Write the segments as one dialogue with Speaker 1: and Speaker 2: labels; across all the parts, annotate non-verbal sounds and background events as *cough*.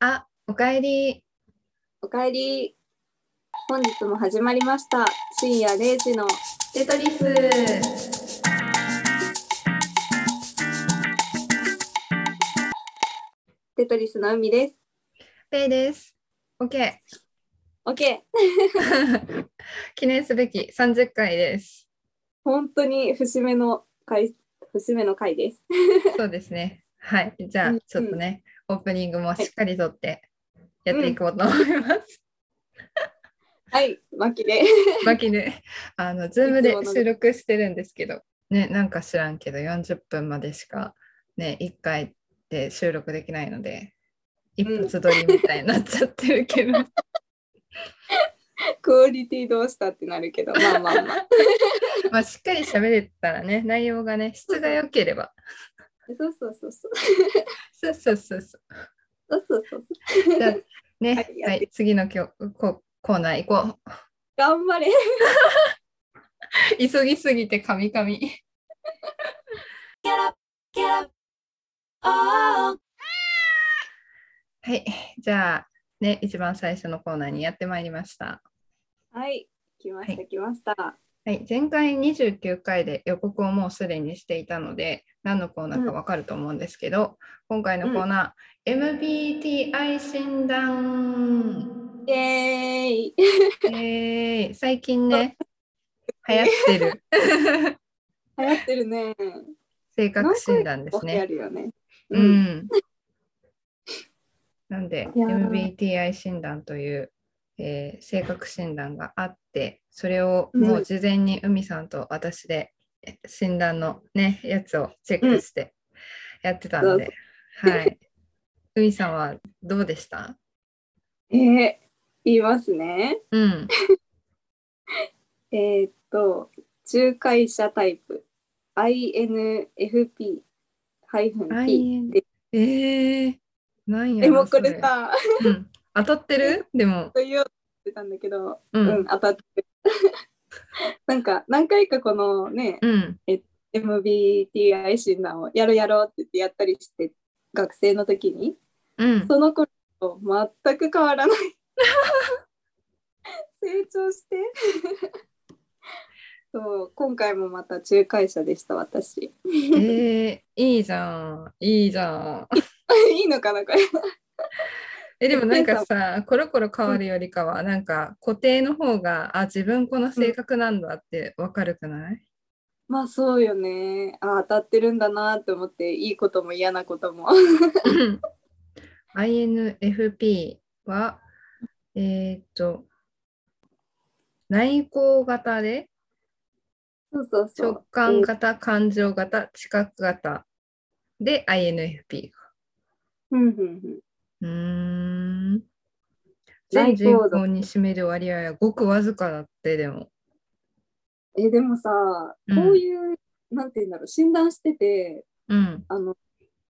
Speaker 1: あ、おかえり。
Speaker 2: おかえり。本日も始まりました。深夜0時の
Speaker 1: テトリス。
Speaker 2: テトリスの海です。
Speaker 1: ペイです。OK。
Speaker 2: OK。
Speaker 1: 記念すべき30回です。
Speaker 2: 本当に節目の回、節目の回です。
Speaker 1: そうですね。はい。じゃあ
Speaker 2: うんうん、
Speaker 1: ちょっとね、オープニングもしっかりとってやっていこうと思 *laughs* います。
Speaker 2: はい、マキで。
Speaker 1: バキで、あの、ズーム
Speaker 2: いつ
Speaker 1: で
Speaker 2: もの
Speaker 1: 収録してるんですけど、ね、なんか知らんけど、40分までしか、ね、1回で収録できないので、一発撮りみたいになっちゃってるけ
Speaker 2: *laughs*
Speaker 1: ど。
Speaker 2: クオリティどうしたってなるけど、まあまあまあ。
Speaker 1: まあ、しっかり喋れたらね、内容がね、質が良ければ。
Speaker 2: そうそうそうそう。
Speaker 1: そうそうそうそ
Speaker 2: そうそうそうそう。
Speaker 1: う。じゃあね、
Speaker 2: は
Speaker 1: はいい、次のきょこコーナー行こう。
Speaker 2: 頑張れ。
Speaker 1: *laughs* 急ぎすぎてカミカミ。はい、じゃあね、一番最初のコーナーにやってまいりました。
Speaker 2: はい、来まし
Speaker 1: は
Speaker 2: た、来ました。
Speaker 1: はい、前回29回で予告をもうすでにしていたので何のコーナーかわかると思うんですけど、今回のコーナー、MBTI 診断、
Speaker 2: イエーイ。
Speaker 1: えー、最近 *laughs* ね流行ってる
Speaker 2: 流行ってるね。
Speaker 1: 性格診断です
Speaker 2: 流行
Speaker 1: ね。
Speaker 2: るよね。
Speaker 1: う。ん、 *laughs* なんで
Speaker 2: いやー
Speaker 1: MBTI 診断という、えー性格診断があってそれをもう事前に海さんと私でえ診断のねやつをチェックしてやってたので、はい。海さんはどうでした
Speaker 2: えー、言いますね。
Speaker 1: うん。
Speaker 2: えーっと、仲介者タイプ。INFP-T。
Speaker 1: IN えー、なんやろ
Speaker 2: え、もうこ
Speaker 1: そ
Speaker 2: れさ、
Speaker 1: うん、当たってるでも、
Speaker 2: と言おうとしてたんだけど、
Speaker 1: う
Speaker 2: うん、
Speaker 1: ん、
Speaker 2: 当たって *laughs* る。なんか、何回かこのね、
Speaker 1: うん、
Speaker 2: MBTI 診断をやろうやろうって言ってやったりして、学生の時に、
Speaker 1: うん。
Speaker 2: その頃と全く変わらない。 *laughs* 成長して。 *laughs* そう、今回もまた仲介者でした、私。 *laughs*
Speaker 1: えー、いいじゃん、いいじゃん。
Speaker 2: いいのかな、これ。
Speaker 1: えでもなんかさコロコロ変わるよりかはなんか固定の方があ自分この性格なんだってわかるく
Speaker 2: *laughs*
Speaker 1: ない、
Speaker 2: まあそうよね。あ当たってるんだなって思って、いいことも嫌なことも。
Speaker 1: INFP はえーっと内向型で
Speaker 2: そうそうそう。
Speaker 1: 直感型感情型知覚型で INFP
Speaker 2: うんうんうん
Speaker 1: うーん全
Speaker 2: 内向
Speaker 1: 人
Speaker 2: 度
Speaker 1: 口に占める割合はごくわずかだってでも
Speaker 2: え、でもさ、
Speaker 1: うん
Speaker 2: こういう、なんて言うんだろう、診断してて、
Speaker 1: うん
Speaker 2: あの、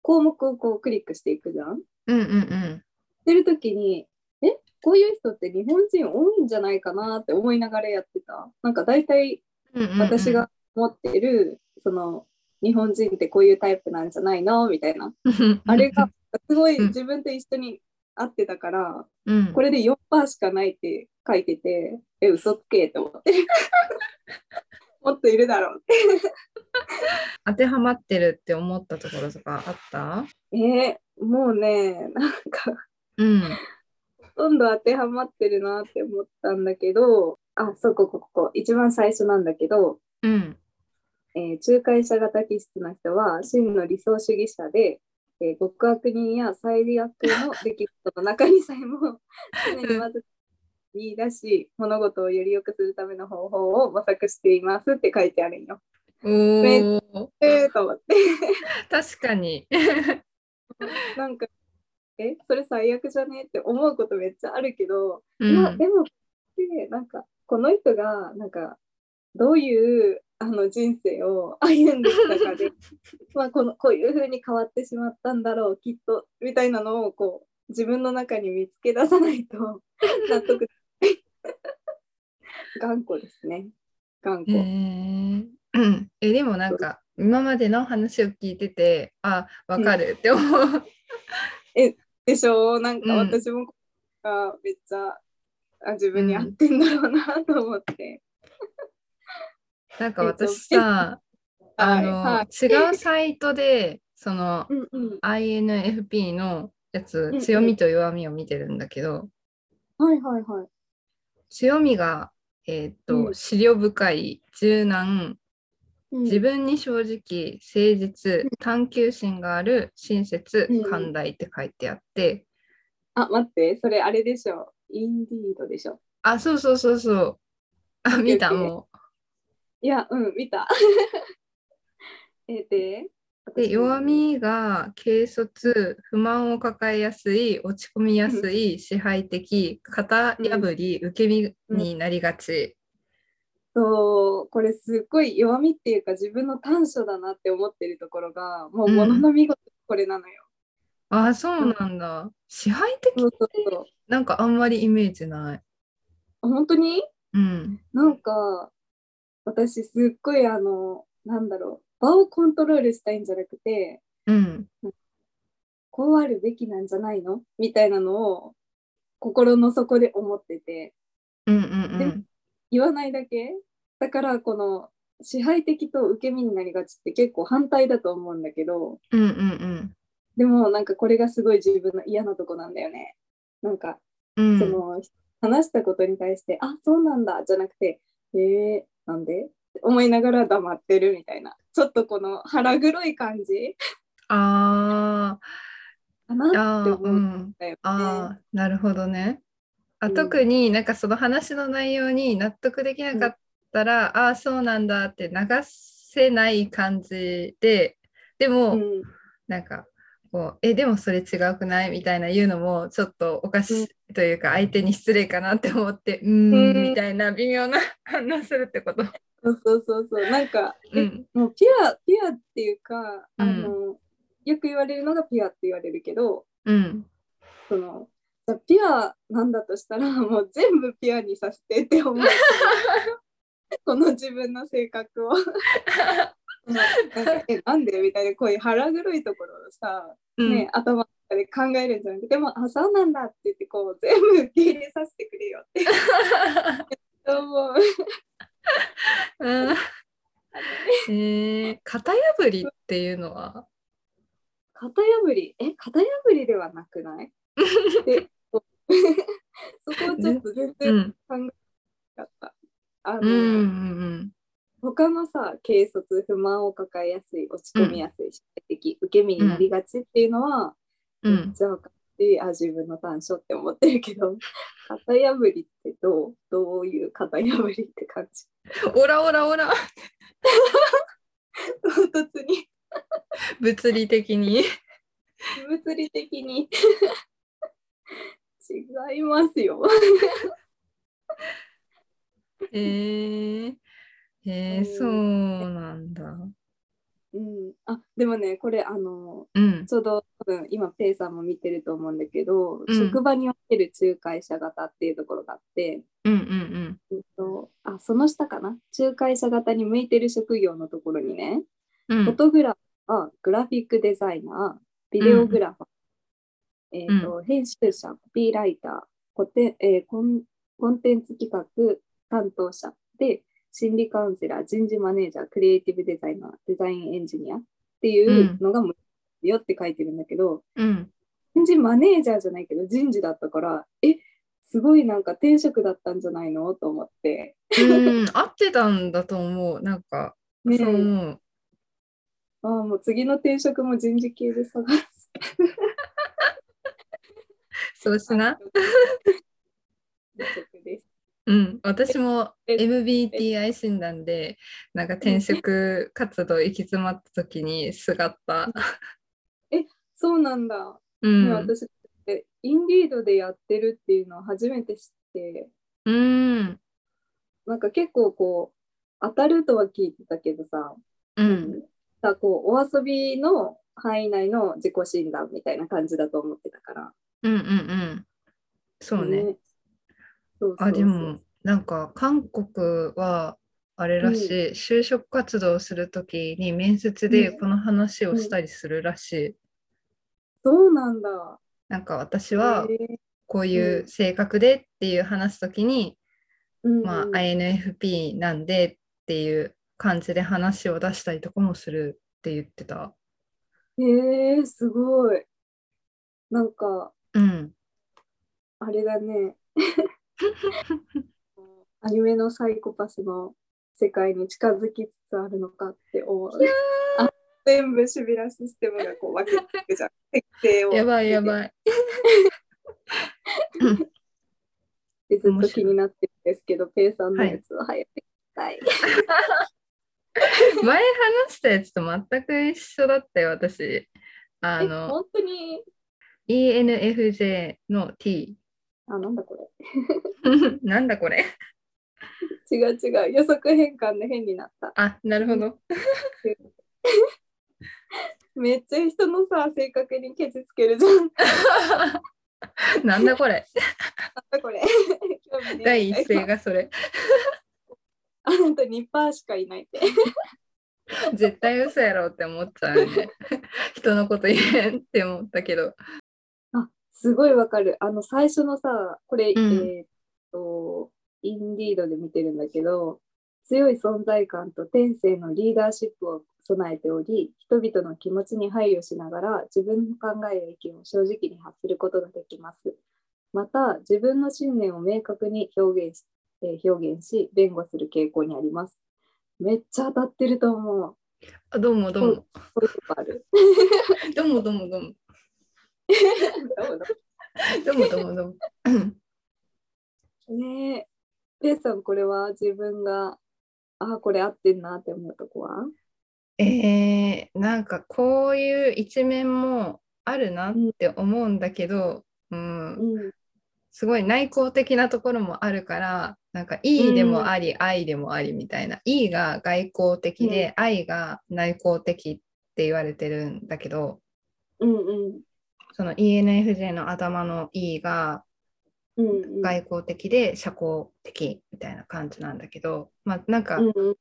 Speaker 2: 項目をこうクリックしていくじゃん
Speaker 1: うんうんうん
Speaker 2: してるときに、え、こういう人って日本人多いんじゃないかなって思いながらやってた。なんか大体
Speaker 1: うんうんうん
Speaker 2: 私
Speaker 1: *laughs*
Speaker 2: が持ってる、その、日本人ってこういうタイプなんじゃないのみたいな。あれが、すごい
Speaker 1: うん
Speaker 2: 自分と一緒に合ってたから、
Speaker 1: うん、
Speaker 2: これで4%しかないって書いてて、え、嘘つけと思って。 *laughs* もっといるだろうって。
Speaker 1: 当てはまってるって思ったところとかあった
Speaker 2: えーもうね、なんか、
Speaker 1: うん。
Speaker 2: ほとんど当てはまってるなって思ったんだけど、あ、そう、ここ、ここ、一番最初なんだけど、
Speaker 1: うん。
Speaker 2: えー仲介者型気質な人は、真の理想主義者で、えー極悪人や最悪の出来事の中にさえも、 *laughs* 常にまず見出し、物事をより良くするための方法を模索していますって書いてあるんよ。
Speaker 1: おお、
Speaker 2: えー、と思って。 *laughs*
Speaker 1: 確かに。
Speaker 2: なんか、え、それ最悪じゃねって思うことめっちゃあるけど、
Speaker 1: う
Speaker 2: いや、
Speaker 1: ん。
Speaker 2: でも、でなんか、この人が、なんか、どういうあの人生を歩んできたか
Speaker 1: *laughs*
Speaker 2: で、まあこの、こういうふうに変わってしまったんだろう、きっと、みたいなのを、こう、自分の中に見つけ出さない
Speaker 1: *laughs*
Speaker 2: と、納得できない。頑固ですね。頑
Speaker 1: え
Speaker 2: 固。
Speaker 1: うんえ、でもなんか、今までの話を聞いてて、あ、わかるって思う。 *laughs*
Speaker 2: え、でしょなんか
Speaker 1: うん
Speaker 2: 私も、あめっちゃあ自分に合ってんだろうなと思って、
Speaker 1: なんか私さ、あの、
Speaker 2: はい
Speaker 1: 違うサイトで、その
Speaker 2: うんうん、
Speaker 1: INFP のやつ
Speaker 2: うん、
Speaker 1: 強みと弱みを見てるんだけど、
Speaker 2: はいはいはい
Speaker 1: 強みが、えーっと、
Speaker 2: うん
Speaker 1: 資料深い、柔軟、
Speaker 2: うん
Speaker 1: 自分に正直、誠実、探求心がある、親切
Speaker 2: う、ん
Speaker 1: 寛大って書いてあって、
Speaker 2: あ待ってそれあれでしょインディードでしょ
Speaker 1: あ、そうそうそうそう。あ、見た、
Speaker 2: オッケー
Speaker 1: も
Speaker 2: いやうん見た *laughs* えで
Speaker 1: う。で、弱みが軽率、不満を抱えやすい、落ち込みやすい、支配的、型破り、受け身になりがち。
Speaker 2: そうこれすっごい弱みっていうか自分の短所だなって思ってるところがもう
Speaker 1: うん
Speaker 2: ものの見事これなのよ、
Speaker 1: あ、そうなんだ。支配的
Speaker 2: そうそうそう
Speaker 1: なんかあんまりイメージない。
Speaker 2: あ本当に
Speaker 1: うん。
Speaker 2: なんか私すっごいあのなんだろう場をコントロールしたいんじゃなくて
Speaker 1: うん。
Speaker 2: こうあるべきなんじゃないのみたいなのを心の底で思ってて
Speaker 1: うんうん
Speaker 2: でも言わないだけだからこの支配的と受け身になりがちって結構反対だと思うんだけど
Speaker 1: うん。うんうん
Speaker 2: でもなんかこれがすごい自分の嫌なとこなんだよねなんか
Speaker 1: うん。うん
Speaker 2: その話したことに対して「あそうなんだ」じゃなくて「えー、なんで?」って思いながら黙ってるみたいなちょっとこの腹黒い感じ
Speaker 1: あ
Speaker 2: か
Speaker 1: ー
Speaker 2: な
Speaker 1: あ
Speaker 2: って
Speaker 1: ー、
Speaker 2: 思
Speaker 1: う
Speaker 2: うん
Speaker 1: ん。
Speaker 2: だよね。
Speaker 1: ああ、なるほどね。あ
Speaker 2: うん
Speaker 1: 特になんかその話の内容に納得できなかったら、ああそうなんだって流せない感じででも、
Speaker 2: うん
Speaker 1: なんかこうえでもそれ違うくないみたいな言うのもちょっとおかしいというか、相手に失礼かなって思ってうーん
Speaker 2: うん
Speaker 1: みたいな微妙な反応するってこと。
Speaker 2: そうそうそうそうなんか、
Speaker 1: うん
Speaker 2: もうピュアピュアっていうかあの、よく言われるのがピュアって言われるけど
Speaker 1: うん、
Speaker 2: そのじゃあピュアなんだとしたら *laughs* もう全部ピュアにさせてって思う *laughs* この自分の性格を *laughs* なんかえなんでみたいなこういう腹黒いところをさ、
Speaker 1: うん
Speaker 2: ね、頭の中で考えるんじゃなくてでもあそうなんだって言ってこう全部受け入れさせてくれよって
Speaker 1: *laughs*
Speaker 2: 思う
Speaker 1: うん
Speaker 2: *laughs*
Speaker 1: えー、型破りっていうのは
Speaker 2: 型破りえ型破りではなく
Speaker 1: *laughs*
Speaker 2: ないでそこ *laughs* をちょっと全
Speaker 1: う
Speaker 2: 然
Speaker 1: ん
Speaker 2: だった。あの
Speaker 1: うんうん
Speaker 2: 他のさ軽率不満を抱えやすい落ち込みやすい社会的受け身になりがちっていうのは、
Speaker 1: うんう
Speaker 2: めっ
Speaker 1: ん
Speaker 2: ちゃ分かってあ自分の短所って思ってるけど型破りってどうどういう型破りって感じ
Speaker 1: オラオラ *laughs* オラ
Speaker 2: 唐突に
Speaker 1: 物理的 *laughs* に
Speaker 2: 物理的に違いますよ。
Speaker 1: えー、え
Speaker 2: うん
Speaker 1: ー、そうなんだ
Speaker 2: うん、あでもねこれあの
Speaker 1: うん
Speaker 2: ちょうど多分今ペイさんも見てると思うんだけど、
Speaker 1: うん
Speaker 2: 職場における仲介者型っていうところがあって、
Speaker 1: うんうん
Speaker 2: えっと、あその下かな仲介者型に向いてる職業のところにね、
Speaker 1: うんう
Speaker 2: フォ
Speaker 1: ん
Speaker 2: トグラファーグラフィックデザイナービデオグラファー、えっと編集者コピーライターコテ、えーコンコンテンツ企画担当者で心理カウンセラー人事マネージャークリエイティブデザイナーデザインエンジニアっていうのが向いてるよって書いてるんだけど、
Speaker 1: うん
Speaker 2: 人事マネージャーじゃないけど人事だったからえすごいなんか転職だったんじゃないのと思って。
Speaker 1: *laughs* うん合ってたんだと思うなんか
Speaker 2: ねえ
Speaker 1: そう思う
Speaker 2: ああもう次の転職も人事系で探す。
Speaker 1: そうしな。
Speaker 2: 転職です。
Speaker 1: うん私も
Speaker 2: え
Speaker 1: MBTI 診断でなんか転職活動行き詰まった時にすがった
Speaker 2: そうなんだ。
Speaker 1: う
Speaker 2: ね
Speaker 1: ん
Speaker 2: 私ってインディードでやってるっていうのを初めて知って、
Speaker 1: うん
Speaker 2: なんか結構こう当たるとは聞いてたけどさ、
Speaker 1: うん
Speaker 2: さこうお遊びの範囲内の自己診断みたいな感じだと思ってたから。
Speaker 1: うんうんうんそうね
Speaker 2: そうそうそう
Speaker 1: あでもなんか韓国はあれらしい、就職活動をするときに面接で
Speaker 2: うん
Speaker 1: この話をしたりするらしい、
Speaker 2: そうなんだ。
Speaker 1: なんか私はこういう性格でっていう話す時に、まあ、INFP なんでっていう感じで話を出したりとかもするって言ってた。
Speaker 2: えー、すごい。なんか、
Speaker 1: うん、
Speaker 2: あれだね。アニメのサイコパスの世界に近づきつつあるのかって思う。あ全部シビラシステムがこう分けてるじゃん。設定を。
Speaker 1: やばいやば
Speaker 2: *laughs*
Speaker 1: い。
Speaker 2: でずっと気になってるんですけど、ペイさんのやつを早く聞きたい。
Speaker 1: 前話したやつと全く一緒だったよ私。あ
Speaker 2: え
Speaker 1: の
Speaker 2: 本当に、
Speaker 1: ENFJ の T。
Speaker 2: あ、なんだこれ。
Speaker 1: *laughs* なんだこれ
Speaker 2: 違う違う。予測変換で変になった。
Speaker 1: あなるほど。 *laughs*
Speaker 2: めっちゃ人のさ、性格にケチつけるじゃん。なん
Speaker 1: なんだこれ
Speaker 2: だこれ。 *laughs* 興味ねえ
Speaker 1: 第一声がそれ。
Speaker 2: *laughs* あなた2%しかいないって。
Speaker 1: 絶対嘘やろって思っちゃうよね。 *laughs* 人のこと言えんって思ったけど。
Speaker 2: あすごいわかる。あの最初のさ、これ、
Speaker 1: うん
Speaker 2: えーっと、インディードで見てるんだけど、強い存在感と天性のリーダーシップを備えており、人々の気持ちに配慮しながら、自分の考えや意見を正直に発することができます。また、自分の信念を明確に表現し、えー表現し、弁護する傾向にあります。めっちゃ当たってると思う。
Speaker 1: あどうもどうも。
Speaker 2: こういうとこあ
Speaker 1: *laughs*
Speaker 2: る。
Speaker 1: どうもどうもどうも。どうもどうもどうも。
Speaker 2: ねえ。ペイさん、これは自分が、ああ、これ合ってんなって思うとこは
Speaker 1: えー、なんかこういう一面もあるなって思うんだけど、うん、
Speaker 2: うん。
Speaker 1: すごい内向的なところもあるからなんか E でもあり、I でもありみたいな E が外向的で、I が内向的って言われてるんだけど
Speaker 2: うんうん。
Speaker 1: その ENFJ の頭の E が
Speaker 2: うんうん。
Speaker 1: 外向的で社交的みたいな感じなんだけど、まあ、なんか
Speaker 2: うんうん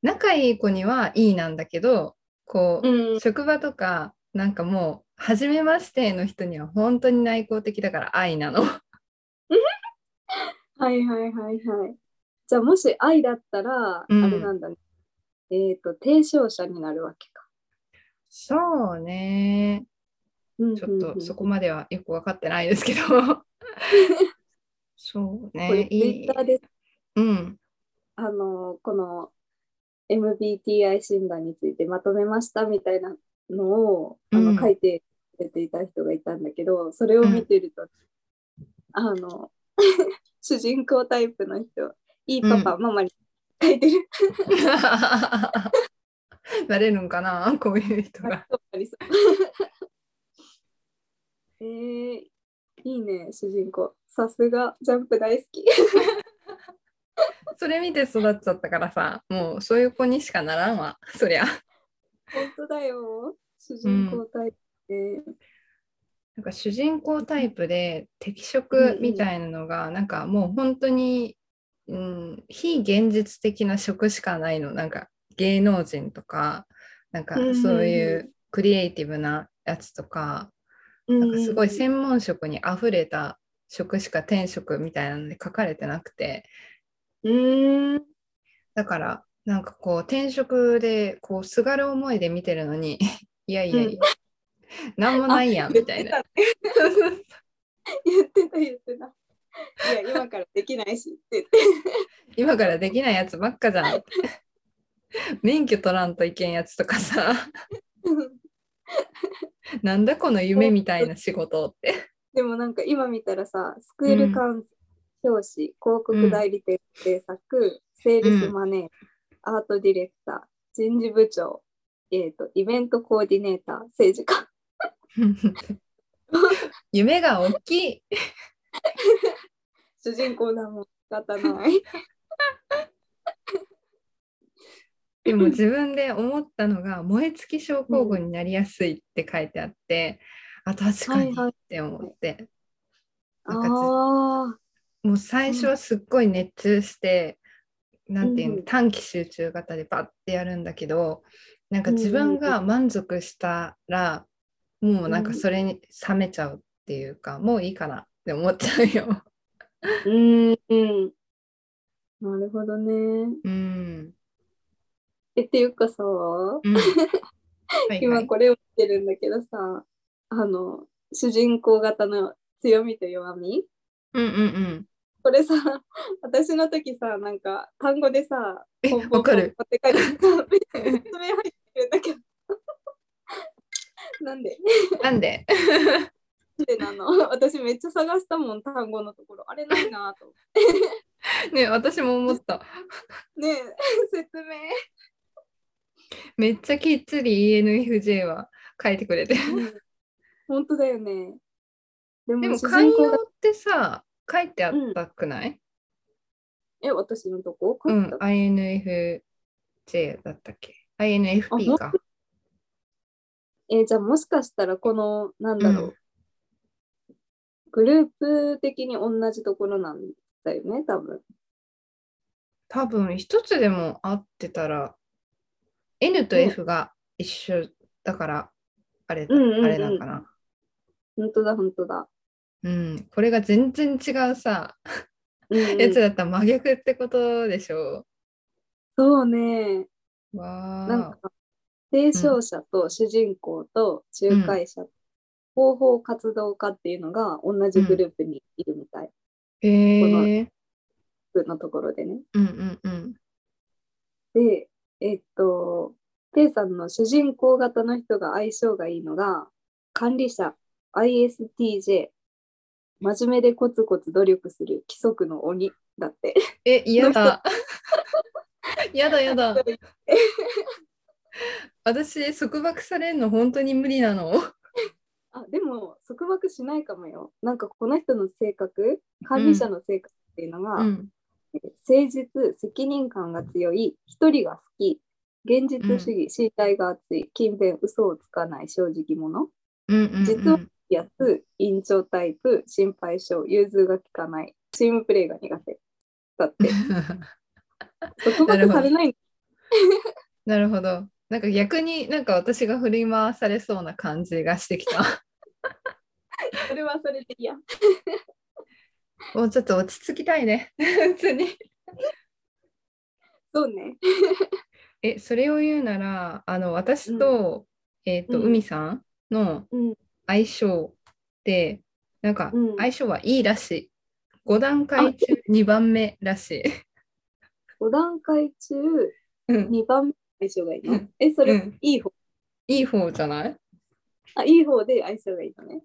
Speaker 1: 仲いい子には E なんだけどこう、
Speaker 2: うん
Speaker 1: 職場とかなんかもう初めましての人には本当に内向的だから愛なの
Speaker 2: はいはいはいはい。じゃあ、もし愛だったら、
Speaker 1: うん
Speaker 2: あれなんだね。えっ、と、提唱者になるわけか。
Speaker 1: そうね
Speaker 2: うんうんうん
Speaker 1: ちょっとそこまではよく分かってないですけど
Speaker 2: *laughs*
Speaker 1: そう
Speaker 2: これ、
Speaker 1: ね
Speaker 2: ツ
Speaker 1: い
Speaker 2: イ
Speaker 1: い
Speaker 2: ッターで、
Speaker 1: うん *laughs*
Speaker 2: あの、この MBTI 診断についてまとめましたみたいなのを、あ
Speaker 1: うん
Speaker 2: の書いてくれていた人がいたんだけど、それを見てると、あの、 *laughs* 主人公タイプの人、いいパパ、ママに書いてる。
Speaker 1: なれるんかなこういう人が
Speaker 2: えー、いいね、主人公。さすが、ジャンプ大好き。
Speaker 1: それ見て育っちゃったからさもうそういう子にしかならんわ *laughs* そりゃ
Speaker 2: 本当だよ。主人公タイプね。
Speaker 1: なんか主人公タイプで適色みたいなのがなんかもう本当に、うん、非現実的な職しかないのなんか芸能人とかなんか
Speaker 2: うん
Speaker 1: そういうクリエイティブなやつとかなんかすごい専門職にあふれた職しか転職みたいなので書かれてなくて
Speaker 2: うん。
Speaker 1: だからなんかこう転職でこうすがる思いで見てるのに *laughs* いやいやいや、なんもないやんみたいな。
Speaker 2: 言ってた言ってた。いや、今からできないしって言って。
Speaker 1: *laughs* 今からできないやつばっかじゃん。 *laughs* 免許取らんといけんやつとかさ、 *laughs* なんだこの夢みたいな仕事って。
Speaker 2: *laughs*
Speaker 1: *laughs*
Speaker 2: でもなんか今見たらさ、スクールカウンセル、表紙、広告代理店制作、セールスマネー、アートディレクター、人事部長、えー、とイベントコーディネーター、政治家。
Speaker 1: 夢が大きい。
Speaker 2: 主人公だもん、仕方ない。
Speaker 1: でも自分で思ったのが、燃え尽き症候群になりやすいって書いてあって、あ、確かにって思って。なんか
Speaker 2: ああ、
Speaker 1: もう最初はすっごい熱中して、なんていうの、
Speaker 2: うん
Speaker 1: 短期集中型でバッてやるんだけどなんか
Speaker 2: うん
Speaker 1: 自分が満足したら、もうなんかそれに冷めちゃうっっていうかもういいかなって思っちゃうよ。
Speaker 2: うんうん。なるほどね。
Speaker 1: うん。
Speaker 2: え、っていうかさ、 *laughs*
Speaker 1: うんはいは
Speaker 2: 今
Speaker 1: い
Speaker 2: これを見てるんだけどさ、あの、主人公型の強みと弱み
Speaker 1: うんうん
Speaker 2: これさ、私の時さ、なんか単語でさ、
Speaker 1: え
Speaker 2: ポンポン
Speaker 1: わかる
Speaker 2: ポンって書いてある説明入ってるんだけど。 *laughs* なんで
Speaker 1: うん。なんで *laughs*
Speaker 2: なんでなの私めっちゃ探したもん、単語のところ。あれないなと思って。
Speaker 1: ね私も思った。
Speaker 2: ねえ、説明。
Speaker 1: めっちゃきっちり ENFJ は書いてくれてる。
Speaker 2: 本当だよね。
Speaker 1: で
Speaker 2: でも
Speaker 1: も
Speaker 2: 主
Speaker 1: 寛
Speaker 2: 人公
Speaker 1: 容
Speaker 2: が
Speaker 1: ってさ書いてあったくない、
Speaker 2: え、私のとこ
Speaker 1: う
Speaker 2: 書い
Speaker 1: ん、
Speaker 2: た
Speaker 1: INFJ だったっけ ?INFP か。
Speaker 2: えーじゃあもしかしたらこの、なん
Speaker 1: う
Speaker 2: だろう、
Speaker 1: ん、
Speaker 2: グループ的に同じところなんだよね、多分。
Speaker 1: 多分一つでも合ってたら N と
Speaker 2: うん
Speaker 1: F が一緒だからあれ,、
Speaker 2: うんうんうん
Speaker 1: あれなんかな。
Speaker 2: 本当だ、本当だ。
Speaker 1: うん、これが全然違うさ、
Speaker 2: うんうん
Speaker 1: やつだったら真逆ってことでしょ
Speaker 2: そうね。
Speaker 1: う。わあ。
Speaker 2: なんか、提唱者と主人公と仲介者、広報活動家っていうのが同じグループにいるみたい
Speaker 1: へえ。
Speaker 2: のところでね。
Speaker 1: うんうんうん。
Speaker 2: で、えっと、ペイさんの主人公型の人が相性がいいのが、管理者、ISTJ、真面目でコツコツ努力する規則の鬼だって。
Speaker 1: え、嫌だ。 *laughs* やだや
Speaker 2: *laughs*
Speaker 1: だ。私、束縛されるの本当に無理なの。
Speaker 2: あでも束縛しないかもよ。なんかこの人の性格管理者の性格っていうのが、
Speaker 1: うん。
Speaker 2: 誠実責任感が強い一人が好き現実主義、信頼が厚い勤勉嘘をつかない正直者
Speaker 1: うんうん、うん。
Speaker 2: 実はやつ院長タイプ心配性融通が利かないチームプレーが苦手だって
Speaker 1: *laughs*
Speaker 2: 束
Speaker 1: なるほ
Speaker 2: 縛
Speaker 1: ど
Speaker 2: されない
Speaker 1: なるほど。なんか逆になんか私が振り回されそうな感じがしてき
Speaker 2: *laughs*
Speaker 1: た。
Speaker 2: それはそれでいや
Speaker 1: もうちょっと落ち着きたいね。普通に。
Speaker 2: そうね
Speaker 1: え、それを言うなら、あの、私と、えっ、と、
Speaker 2: うん
Speaker 1: 海さんの
Speaker 2: うん
Speaker 1: 相性って、なんか
Speaker 2: うん
Speaker 1: 相性はいいらしい。5段階中2番目らしい。
Speaker 2: 5段階中
Speaker 1: うん
Speaker 2: 2番目相性がいいの、
Speaker 1: うん
Speaker 2: えそれ、
Speaker 1: うん
Speaker 2: いい方
Speaker 1: いい方じゃない
Speaker 2: あいい方で相性がいいのね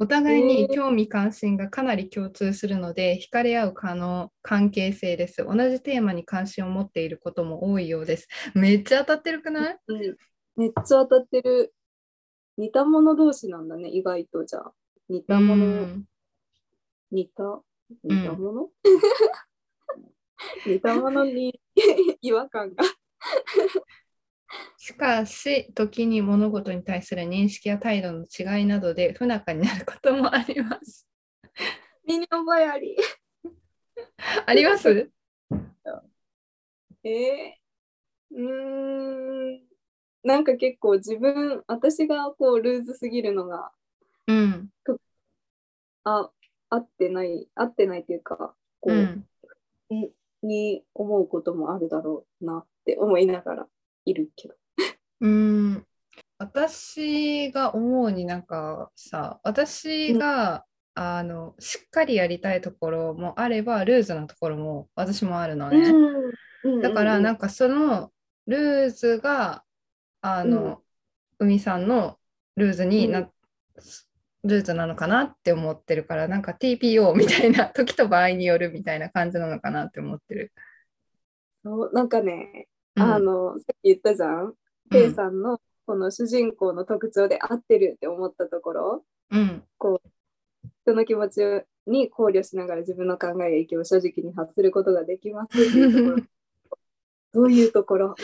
Speaker 1: お互いに
Speaker 2: えー
Speaker 1: 興味関心がかなり共通するので、惹かれ合う可能関係性です。同じテーマに関心を持っていることも多いようです。めっちゃ当たってるくない
Speaker 2: うん、めっちゃ当たってる。似た者同士なんだね、意外とじゃあ。似た
Speaker 1: う
Speaker 2: 者、
Speaker 1: ん
Speaker 2: 似た、似た者、 *laughs* 似た者に *laughs* 違和感が。
Speaker 1: しかし、時に物事に対する認識や態度の違いなどで不仲になることもあります。
Speaker 2: 身に覚えあり。
Speaker 1: *laughs* あります
Speaker 2: えー、うーん。なんか結構自分、私がこうルーズすぎるのが、
Speaker 1: うん。
Speaker 2: あ、合ってない、合ってないっていうか、こ
Speaker 1: う
Speaker 2: う、
Speaker 1: ん。
Speaker 2: に思うこともあるだろうなって思いながらいるけど。
Speaker 1: うん私が思うになんかさ私が、あのしっかりやりたいところもあればルーズなところも私もあるのね、
Speaker 2: うん
Speaker 1: だからな
Speaker 2: うん
Speaker 1: かそのルーズがあの、海さんのルーズにな、
Speaker 2: う
Speaker 1: ルーズなのかなって思ってるからなんか TPO みたいな時と場合によるみたいな感じなのかなって思ってる。
Speaker 2: そうなんかね、
Speaker 1: うん
Speaker 2: あのさっき言ったじゃん、ペイさんのこの主人公の特徴で合ってるって思ったところ
Speaker 1: うん *laughs*
Speaker 2: 人の気持ちに考慮しながら自分の考えや意見を正直に発することができますっていうところ
Speaker 1: *laughs*
Speaker 2: そういうところ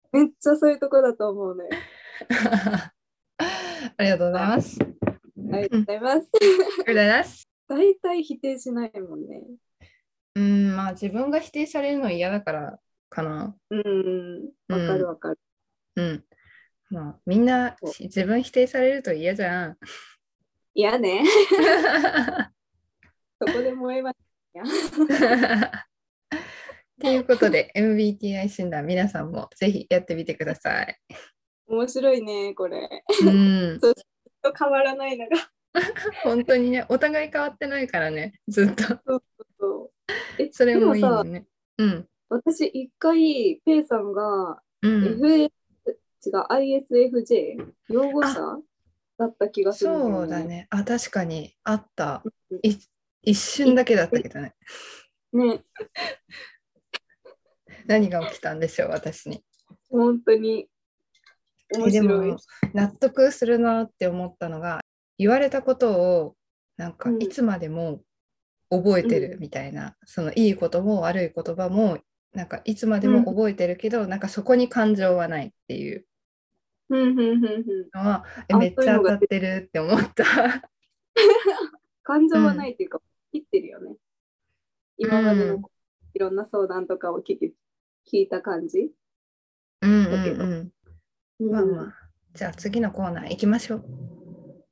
Speaker 2: *laughs* めっちゃそういうところだと思うね
Speaker 1: ありがとうございます。
Speaker 2: ありがとうございます
Speaker 1: ありがとうございます。
Speaker 2: 大体否定しないもんね
Speaker 1: うん、まあ自分が否定されるの嫌だからかな。
Speaker 2: うんわかるわかる、 *laughs*
Speaker 1: うん。まあみんなし自分否定されると嫌じゃん。
Speaker 2: 嫌ね。そこで燃えます。
Speaker 1: ということで MBTI 診断皆さんもぜひやってみてください。
Speaker 2: 面白いね、これ。 *laughs*
Speaker 1: うん、
Speaker 2: と変わらないのが。
Speaker 1: 本当にねお互い変わってないからねずっと
Speaker 2: そうえ
Speaker 1: それもいい
Speaker 2: でも
Speaker 1: よ
Speaker 2: さ、
Speaker 1: ね。うん
Speaker 2: 私一回、ペイさんが
Speaker 1: う
Speaker 2: FS、
Speaker 1: ん、
Speaker 2: 違う、ISFJ、擁護者だった気がするん
Speaker 1: そう
Speaker 2: よ
Speaker 1: だ。ねあ確かにあった
Speaker 2: うん
Speaker 1: い一瞬だけだったけどね
Speaker 2: ね、
Speaker 1: 何が起きたんでしょう私に。
Speaker 2: 本当に。面
Speaker 1: えで
Speaker 2: 白い
Speaker 1: も。納得するなって思ったのが言われたことをなんか
Speaker 2: うん
Speaker 1: いつまでも覚えてるみたいな、そのいいことも悪い言葉もなんかいつまでも覚えてるけど、なんかそこに感情はないっていう
Speaker 2: うんうんうんうん。
Speaker 1: のはえ
Speaker 2: あ
Speaker 1: めっちゃ
Speaker 2: そういうの
Speaker 1: 当
Speaker 2: が
Speaker 1: たってるって思った。
Speaker 2: 感情はないっていうか、切ってるよね。今まで
Speaker 1: うん
Speaker 2: のいろんな相談とかを聞き聞いた感じ。
Speaker 1: うんうん
Speaker 2: だけど
Speaker 1: うんまあま
Speaker 2: うん
Speaker 1: あじゃあ次のコーナー行きましょう。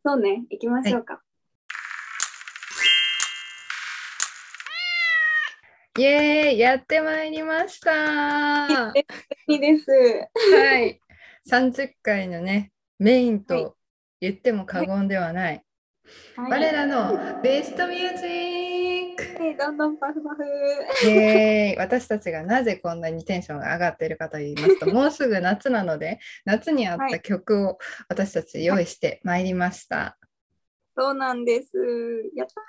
Speaker 2: そうね、行きましょうか。
Speaker 1: イエーイやってまいりましたはい
Speaker 2: いです。
Speaker 1: い30回のねメイン
Speaker 2: はい
Speaker 1: と言っても過言ではない、
Speaker 2: はい
Speaker 1: 我らのベストミュージック
Speaker 2: はいどんどんパフパフ。
Speaker 1: イエ *laughs* ーイ私たちがなぜこんなにテンションが上がっているかと言い *laughs* ますともうすぐ夏なので夏に合っ
Speaker 2: は
Speaker 1: た
Speaker 2: い
Speaker 1: 曲を私たち用意してまいりました。
Speaker 2: そうなんです。やった。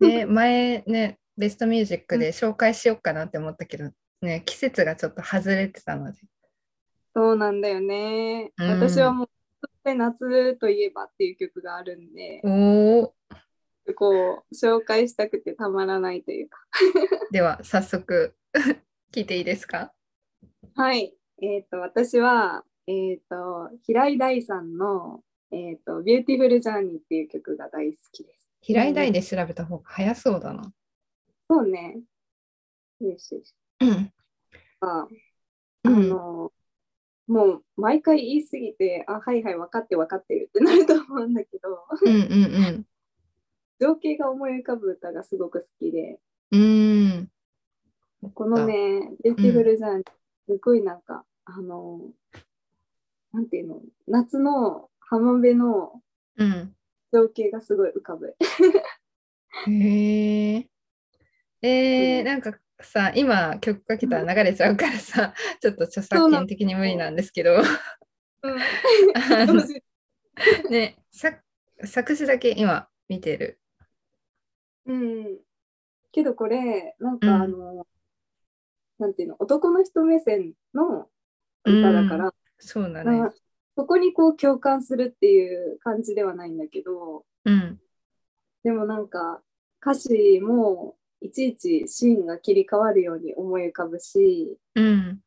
Speaker 1: で前ねベストミュージックで紹介しようかなって思ったけど、ね、季節がちょっと外れてたので
Speaker 2: そうなんだよね。
Speaker 1: うん
Speaker 2: 私はもう、夏といえばっていう曲があるんで、
Speaker 1: おお
Speaker 2: こう、紹介したくてたまらないというか。
Speaker 1: では早速 *laughs* 聞いていいですか
Speaker 2: はい。えっ、と、私は、えっ、と、平井大さんの、えっ、と、ビューティフルジャーニーっていう曲が大好きです。
Speaker 1: 平井大で調べた方が早そうだな。
Speaker 2: そうね。よしよし。
Speaker 1: うん
Speaker 2: ああ
Speaker 1: うん
Speaker 2: の、もう毎回言い過ぎて、あ、はいはい、分かって分かってるってなると思うんだけど、
Speaker 1: うんうん
Speaker 2: 情景が思い浮かぶ歌がすごく好きで、
Speaker 1: うん。うん
Speaker 2: このね、ビューティフルジャーニー、すごいなんか、あの、なんていうの、夏の浜辺の
Speaker 1: うん
Speaker 2: 情景がすごい浮かぶ。
Speaker 1: へえ。え
Speaker 2: う
Speaker 1: ー、
Speaker 2: ん
Speaker 1: なんかさ、今曲かけたら流れちゃうからさ、 *laughs* ちょっと著作権的に無理なんですけど、
Speaker 2: うん、
Speaker 1: あの *laughs* ね、作作詞だけ今見てる。
Speaker 2: うん。けどこれ、なん
Speaker 1: うん
Speaker 2: かあの、なんていうの、男の人目線の歌だから、
Speaker 1: そうだ
Speaker 2: ま
Speaker 1: ね
Speaker 2: あ。そこにこう共感するっていう感じではないんだけど
Speaker 1: うん。
Speaker 2: でもなんか歌詞もいちいちシーンが切り替わるように思い浮かぶし
Speaker 1: うん。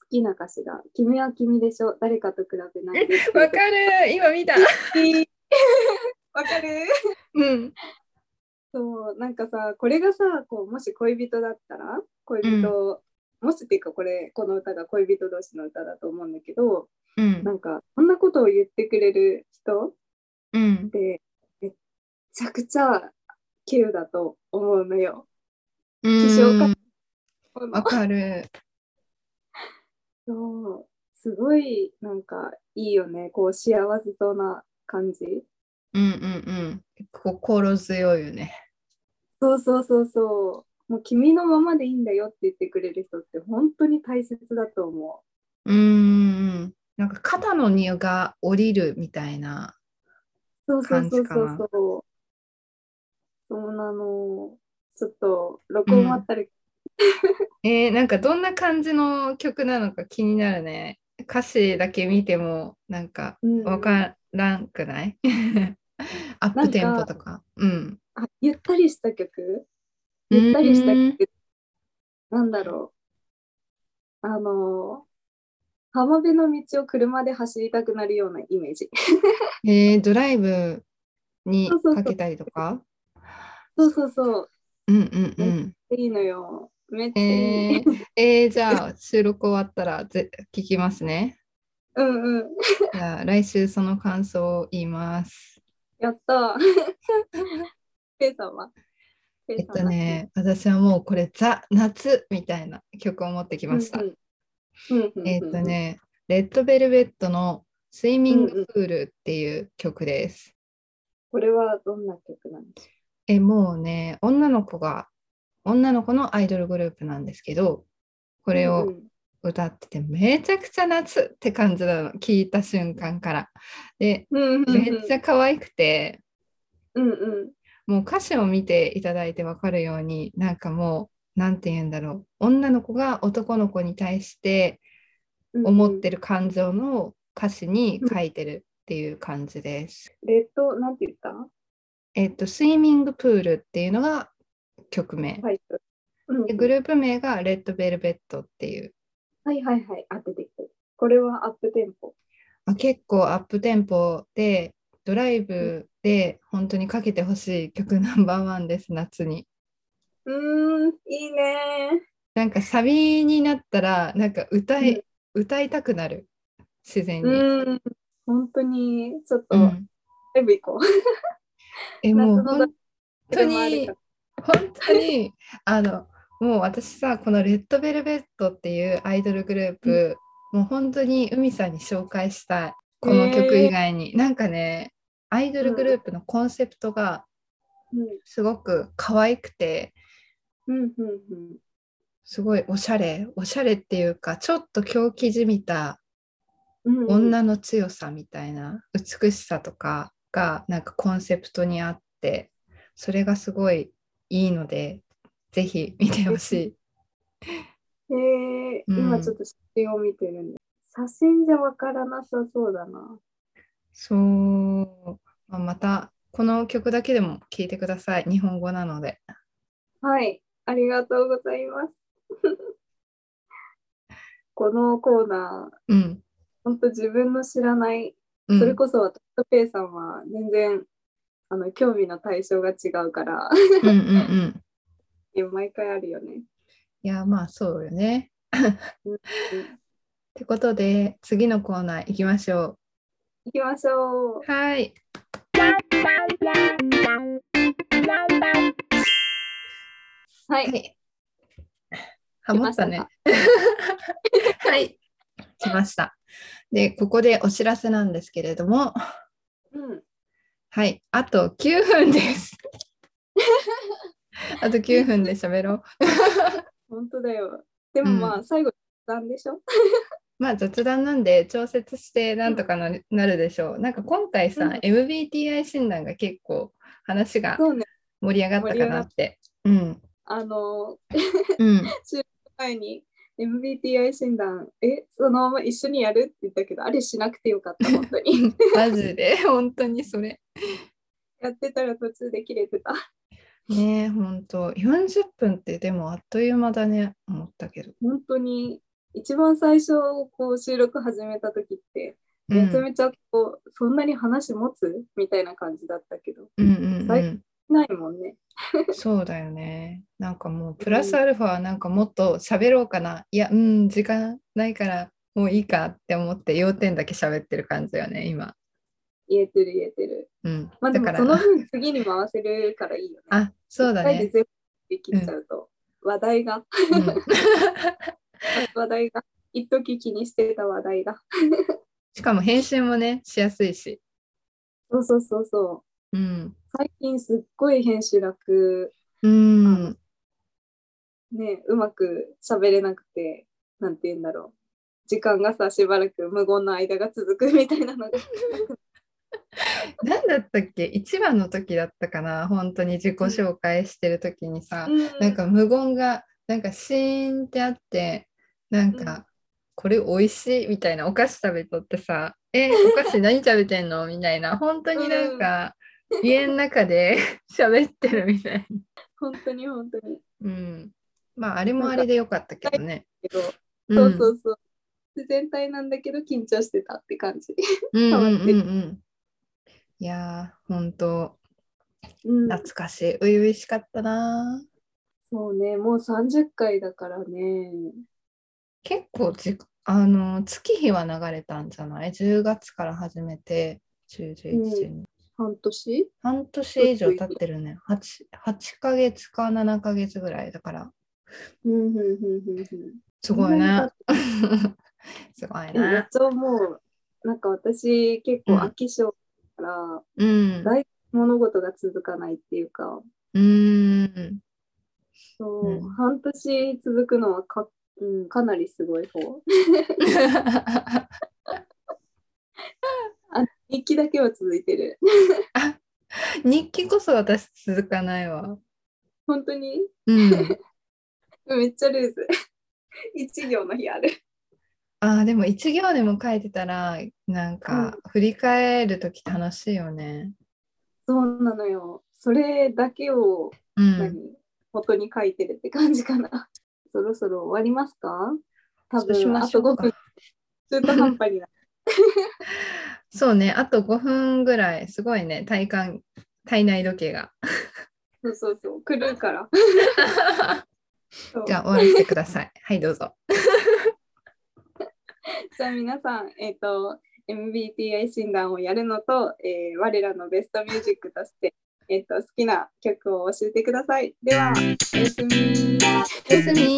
Speaker 2: 好きな歌詞が「君は君でしょ誰かと比べないで」
Speaker 1: わ
Speaker 2: *laughs*
Speaker 1: かる今見た。
Speaker 2: るわかる
Speaker 1: うん。
Speaker 2: そうなんかさこれがさこうもし恋人だったら恋人、もしっていうかこれこの歌が恋人同士の歌だと思うんだけど
Speaker 1: うん
Speaker 2: な。んかこんなことを言ってくれる人
Speaker 1: うん。
Speaker 2: でめっちゃくちゃ稀有だと思うのよ。
Speaker 1: うん
Speaker 2: 化粧
Speaker 1: わかる。
Speaker 2: そうすごいなんかいいよねこう幸せそうな感じ。
Speaker 1: うんうんうん。心強いよね。
Speaker 2: そうそうそうそうもう君のままでいいんだよって言ってくれる人って本当に大切だと思
Speaker 1: うんうんうん。なんか肩の荷が下りるみたいな。
Speaker 2: う。そうそうそ
Speaker 1: 感
Speaker 2: うそ
Speaker 1: じ
Speaker 2: うそう。そうなの。ちょっと録音あったら、
Speaker 1: えー、なんかどんな感じの曲なのか気になるね。歌詞だけ見てもなんか
Speaker 2: うん
Speaker 1: わからんくない *laughs* アップテンポとか。うん。
Speaker 2: あゆったりした曲ゆったりした
Speaker 1: うん
Speaker 2: 曲なんだろうあの浜辺の道を車で走りたくなるようなイメージ
Speaker 1: えー、ドライブに
Speaker 2: そうそうそう
Speaker 1: かけたりとか
Speaker 2: そうそうそう
Speaker 1: うんうんうん。
Speaker 2: いいのよめっちゃいい、
Speaker 1: えー、えーじゃあ収録終わったらぜ聞きますね。
Speaker 2: うんうん
Speaker 1: じゃあ来週その感想を言います。
Speaker 2: やった *laughs* ー。ペイさんはペイ
Speaker 1: えっ
Speaker 2: さんは
Speaker 1: とね、私はもうこれ、ザ・夏みたいな曲を持ってきました。
Speaker 2: うんうんうんうんうん
Speaker 1: えっと。ね、レッドベルベットのスイミングプールっていう曲です。
Speaker 2: これはどんな曲なんですか
Speaker 1: え、もうね、女の子が、女の子のアイドルグループなんですけど、こ
Speaker 2: こ
Speaker 1: れを歌ってて、めちゃくちゃ夏って感じなの、聞いた瞬間から。で、めっちゃ可愛くて、
Speaker 2: うんうん
Speaker 1: もう歌詞を見ていただいて分かるようになんかもうなんて言うんだろう女の子が男の子に対して
Speaker 2: うん。
Speaker 1: 思ってる感情の歌詞に書いてるっていう感じです。
Speaker 2: レッド、なんて言った
Speaker 1: えっと「スイミングプール」っていうのが曲名、
Speaker 2: タイトル。うん
Speaker 1: でグループ名が「レッドベルベット」っていう
Speaker 2: はいはいはい。あ、出てきた。これはアップテンポ。
Speaker 1: あ結構アップテンポでドライブで本当にかけてほしい曲 *laughs* ナンバーワンです夏に。
Speaker 2: うーん、いいねー。
Speaker 1: なんかサビになったらなんか歌い、
Speaker 2: うん
Speaker 1: 歌いたくなる自然に。
Speaker 2: うん、本当に、ちょっと、
Speaker 1: う
Speaker 2: ラ
Speaker 1: ん
Speaker 2: イブ行こう。
Speaker 1: えもう
Speaker 2: 夏の
Speaker 1: 本当に本当にあのもう私さこのレッドベルベットっていうアイドルグループ、もう本当に海さんに紹介したいこの曲以外に、なんかねアイドルグループのコンセプトが
Speaker 2: う
Speaker 1: すごく可愛くて
Speaker 2: ん、うん、うん、うん。
Speaker 1: すごいおしゃれおしゃれっていうかちょっと狂気じみた
Speaker 2: うんうん
Speaker 1: 女の強さみたいな美しさとかがなんかコンセプトにあってそれがすごいいいのでぜひ見てほしい。
Speaker 2: え
Speaker 1: う
Speaker 2: ー
Speaker 1: ん
Speaker 2: 今ちょっと写真を見てるんだ。写真じゃわからなさそうだな。
Speaker 1: そう、まあ、またこの曲だけでも聴いてください日本語なので。
Speaker 2: はい、ありがとうございます。 *laughs* このコーナー、
Speaker 1: うん、
Speaker 2: 本当自分の知らない、
Speaker 1: うん
Speaker 2: それこそ私とペイさんは全然あの興味の対象が違うから、 *laughs*
Speaker 1: うんうんうん。
Speaker 2: いや毎回あるよね。
Speaker 1: いやまあそうよね。
Speaker 2: うん
Speaker 1: ってことで次のコーナー行きましょ
Speaker 2: 行きましょう
Speaker 1: う。。はい。
Speaker 2: は
Speaker 1: は
Speaker 2: い、
Speaker 1: い。ハモったね。はい。来ました。で、ここでお知らせなんですけれども、
Speaker 2: うん、
Speaker 1: はい。あと9分です。あと9分で喋ろう。
Speaker 2: 本当だよ。でもまあ、最後、なんでしょ *laughs*
Speaker 1: まあ雑談なんで調節してなんとかなるなるでしょう。なんか今回さ、
Speaker 2: うん
Speaker 1: MBTI 診断が結構話が
Speaker 2: そうね、
Speaker 1: 盛り上がったかなって。うん。
Speaker 2: あの、
Speaker 1: うん。
Speaker 2: *laughs* 前に MBTI 診断、え、そのまま一緒にやるって言ったけど、あれしなくてよかった、本
Speaker 1: *laughs*
Speaker 2: 当に。
Speaker 1: マジで、本当にそれ。
Speaker 2: やってたら途中で切れてた。
Speaker 1: ねえ、本当40分ってでもあっという間だね、思ったけど。
Speaker 2: 本当に、一番最初、こう収録始めた時って、
Speaker 1: うん
Speaker 2: めちゃめちゃこう、そんなに話持つみたいな感じだったけど、
Speaker 1: うんうんう
Speaker 2: 最
Speaker 1: ん、
Speaker 2: ないもんね。
Speaker 1: そうだよね。なんかもうプラスアルファなんかもっと喋ろうかな。いや、うん、時間ないからもういいかって思って要点だけ喋ってる感じよね、今。
Speaker 2: 言えてる言えてる。
Speaker 1: うん。
Speaker 2: まあで
Speaker 1: だか
Speaker 2: も
Speaker 1: ら
Speaker 2: その分次に回せるからいいよね。
Speaker 1: あ、そうだ
Speaker 2: 一回で
Speaker 1: ね。
Speaker 2: 全部できちゃうと、話題が、
Speaker 1: う
Speaker 2: *laughs*
Speaker 1: ん
Speaker 2: 話題が、一時気にしてた話題が。
Speaker 1: しかも編集もね、しやすいし。
Speaker 2: そうそうそうそう。 *laughs*
Speaker 1: うん。
Speaker 2: 最近すっごい編集楽
Speaker 1: うん。
Speaker 2: ねうまく喋れなくてなんて言うんだろう時間がさしばらく無言の間が続くみたいなのが
Speaker 1: なんだったっけ ?1 話の時だったかな本当に自己紹介してる時にさ、
Speaker 2: な
Speaker 1: なんか無言がなんかシーンってあってなん
Speaker 2: う
Speaker 1: かこれ美味しいみたいなお菓子食べとってさ「えお菓子何食べてんの?」みたいな本当になんか家の中で *laughs* 喋ってるみたいな、
Speaker 2: 本当に本当に
Speaker 1: うん、まああれもあれでよかったけどね
Speaker 2: けど、
Speaker 1: うん
Speaker 2: そうそうそう自然体なんだけど緊張してたって感じ、
Speaker 1: うんうん
Speaker 2: 変わって
Speaker 1: うんうんいやー本当
Speaker 2: うん、
Speaker 1: 懐かしい初々しかったな
Speaker 2: そうねもう30回だからね
Speaker 1: 結構じあの月日は流れたんじゃない10月から始めて1011、
Speaker 2: う半年
Speaker 1: 半年以上経ってるね。8, 8ヶ月か7ヶ月ぐらいだから。
Speaker 2: うんうんうんうんうん
Speaker 1: すごい
Speaker 2: そんな
Speaker 1: ね
Speaker 2: に。
Speaker 1: *laughs* すごい
Speaker 2: でもめっ
Speaker 1: ね。
Speaker 2: ちゃもうなんか私結構飽き性だから、
Speaker 1: うん。
Speaker 2: 物事が続かないっていうか
Speaker 1: うん。 *laughs*
Speaker 2: そう、
Speaker 1: うん
Speaker 2: 半年続くのはか,、うん、かなりすごい方 *laughs* 日記だけは続いてる
Speaker 1: 日記こそ私続かないわ。
Speaker 2: 本当に
Speaker 1: うん。
Speaker 2: めっちゃルーズ *laughs* 一行の日ある
Speaker 1: あーでも一行でも書いてたらなんか振り返るとき楽しいよね。
Speaker 2: そうなのよそれだけを
Speaker 1: うん。
Speaker 2: 何元に書いてるって感じかな。そろそろ終わりますか多
Speaker 1: そうし
Speaker 2: 分
Speaker 1: ま
Speaker 2: あ
Speaker 1: しょ
Speaker 2: と
Speaker 1: う
Speaker 2: 5
Speaker 1: か
Speaker 2: 分。中途半端になる。
Speaker 1: そうね。あと5分ぐらい。すごいね。体感、体内時計が。
Speaker 2: そうそうそう。狂
Speaker 1: *laughs*
Speaker 2: うから。そう
Speaker 1: じゃあ終わりしてください。はい、どうぞ。
Speaker 2: *laughs* じゃあ皆さん、えっ、と、MBTI 診断をやるのと、えー我らのベストミュージックとして、えっ、と、好きな曲を教えてください。では、おやすみ。
Speaker 1: おやすみ